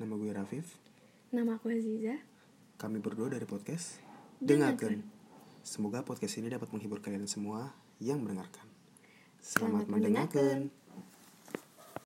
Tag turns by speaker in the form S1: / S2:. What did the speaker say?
S1: Nama gue Rafif.
S2: Nama aku Aziza.
S1: Kami berdua dari podcast
S2: Dengarkan.
S1: Dengarkan. Semoga podcast ini dapat menghibur kalian semua yang mendengarkan.
S2: Selamat mendengarkan.